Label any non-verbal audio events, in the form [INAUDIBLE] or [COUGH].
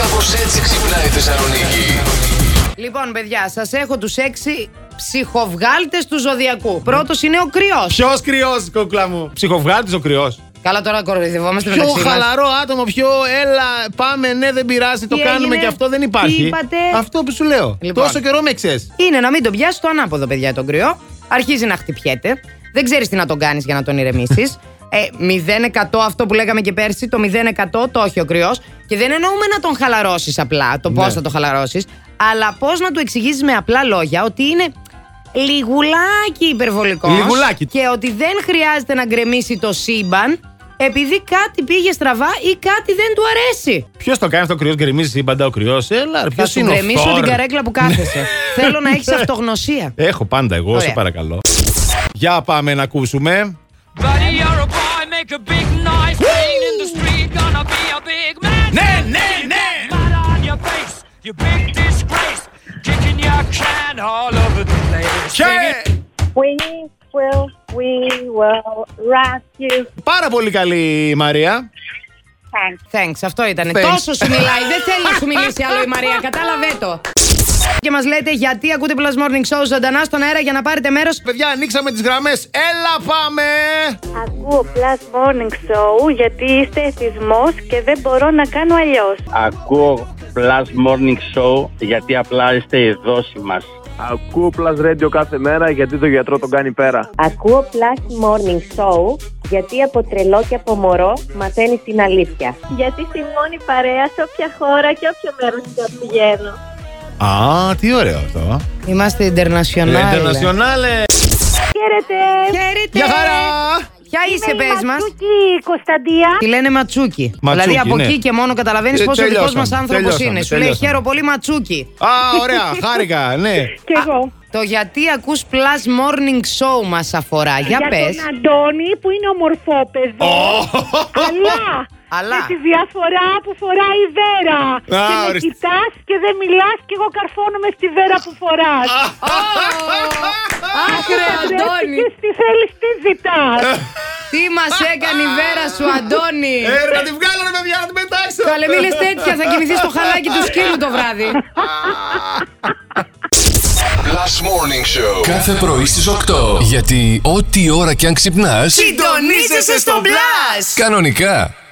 Κάπως έτσι ξυπνάει η Θεσσαλονίκη. Λοιπόν, παιδιά, σας έχω τους έξι ψυχοβγάλτες του ζωδιακού. Πρώτος είναι ο κρυός. Ποιος κρυός, κούκλα μου. Ψυχοβγάλτης ο κρυός. Καλά, τώρα κοροϊδευόμαστε Πιο μεταξύ μας. χαλαρό άτομο, πιο έλα, πάμε, ναι, δεν πειράζει, το Τι κάνουμε έγινε? και αυτό δεν Τι υπάρχει. είπατε? Αυτό που σου λέω. Λοιπόν. Τόσο καιρό με ξέρεις. Είναι να μην τον πιάσει το ανάποδο, παιδιά, τον κρυό. Αρχίζει να χτυπιέται. Δεν ξέρεις τι να τον κάνεις για να τον ηρεμήσεις. [LAUGHS] Ε, 0% αυτό που λέγαμε και πέρσι, το 0% το όχι ο κρυός. Και δεν εννοούμε να τον χαλαρώσεις απλά, το πώς Ναι. θα το χαλαρώσεις, αλλά πώς να του εξηγήσεις με απλά λόγια ότι είναι λιγουλάκι υπερβολικός. Λιγουλάκι. Και ότι δεν χρειάζεται να γκρεμίσει το σύμπαν επειδή κάτι πήγε στραβά ή κάτι δεν του αρέσει. Ποιος το κάνει αυτό ο κρυός, γκρεμίζει σύμπαντα ο κρυός. Έλα, Θα ποιος σου είναι ο γκρεμίσω Θόρ? την καρέκλα που [LAUGHS] κάθεσαι. Θέλω να έχεις αυτογνωσία. Έχω πάντα εγώ, Ωραία. σε παρακαλώ. Για πάμε να ακούσουμε. Buddy, you're a boy, make a big noise. Playing in the street, gonna be a big man. Ναι, ναι, ναι! Mud on your face, you big disgrace. Kicking your can all over the place. Sing it. We will, we will rescue. Πάρα πολύ καλή η Μαρία. Thanks. Thanks, αυτό ήταν. Thanks. Τόσο σου μιλάει. Δεν θέλει να σου μιλήσει άλλο η Μαρία. Κατάλαβε το. Και μας λέτε γιατί ακούτε Plus Morning Show ζωντανά στον αέρα για να πάρετε μέρος. Παιδιά, ανοίξαμε τις γραμμές. Έλα, πάμε! Ακούω Plus Morning Show γιατί είστε εθισμός και δεν μπορώ να κάνω αλλιώς. Ακούω Plus Morning Show γιατί απλά είστε η δόση μας. Ακούω Plus Radio κάθε μέρα γιατί το γιατρό τον κάνει πέρα. Ακούω Plus Morning Show γιατί από τρελό και από μωρό μαθαίνεις την αλήθεια. Γιατί στη μόνη παρέα σε όποια χώρα και όποιο μέρος και αν πηγαίνω. Α, τι ωραίο αυτό. Είμαστε Ναι, international. Internationale. Χαίρετε. Χαίρετε. Γεια χαρά! Ποια είσαι, πες μας. Ματσούκη Κωνσταντία. Τη λένε Ματσούκι. Ματσούκι, δηλαδή από ναι. εκεί και μόνο καταλαβαίνεις Ε, πόσο δικό τελειώσαμε, μας άνθρωπος τελειώσαμε, είναι. Σου λέει τελειώσαμε. χαίρο πολύ Ματσούκι. Α, ωραία, χάρηκα, ναι. Και εγώ. Το γιατί ακούς Plus Morning Show μας αφορά. Για, Για πες. τον Αντώνη που είναι ομορφό παιδί. [LAUGHS] Αλλά, Αλλά. με τη διαφορά που φοράει η Βέρα. Α, και με ορίστε. κοιτάς και δεν μιλάς και εγώ καρφώνομαι στη Βέρα που φοράς. Άκρε Αντώνη. [LAUGHS] Και στη θέλεις τι ζητάς. Τι μας έκανε η Βέρα σου Αντώνη. Ε, ρε, να τη βγάλω, ρε, παιδιά, να την πετάξω. Καλέ μη λες τέτοια θα κοιμηθείς στο χαλάκι του σκύλου το βράδυ. Last Morning Show. Κάθε πρωί στις 8. Γιατί ό,τι ώρα κι αν ξυπνάς, Συντονίζεσαι στο Blast! κανονικά.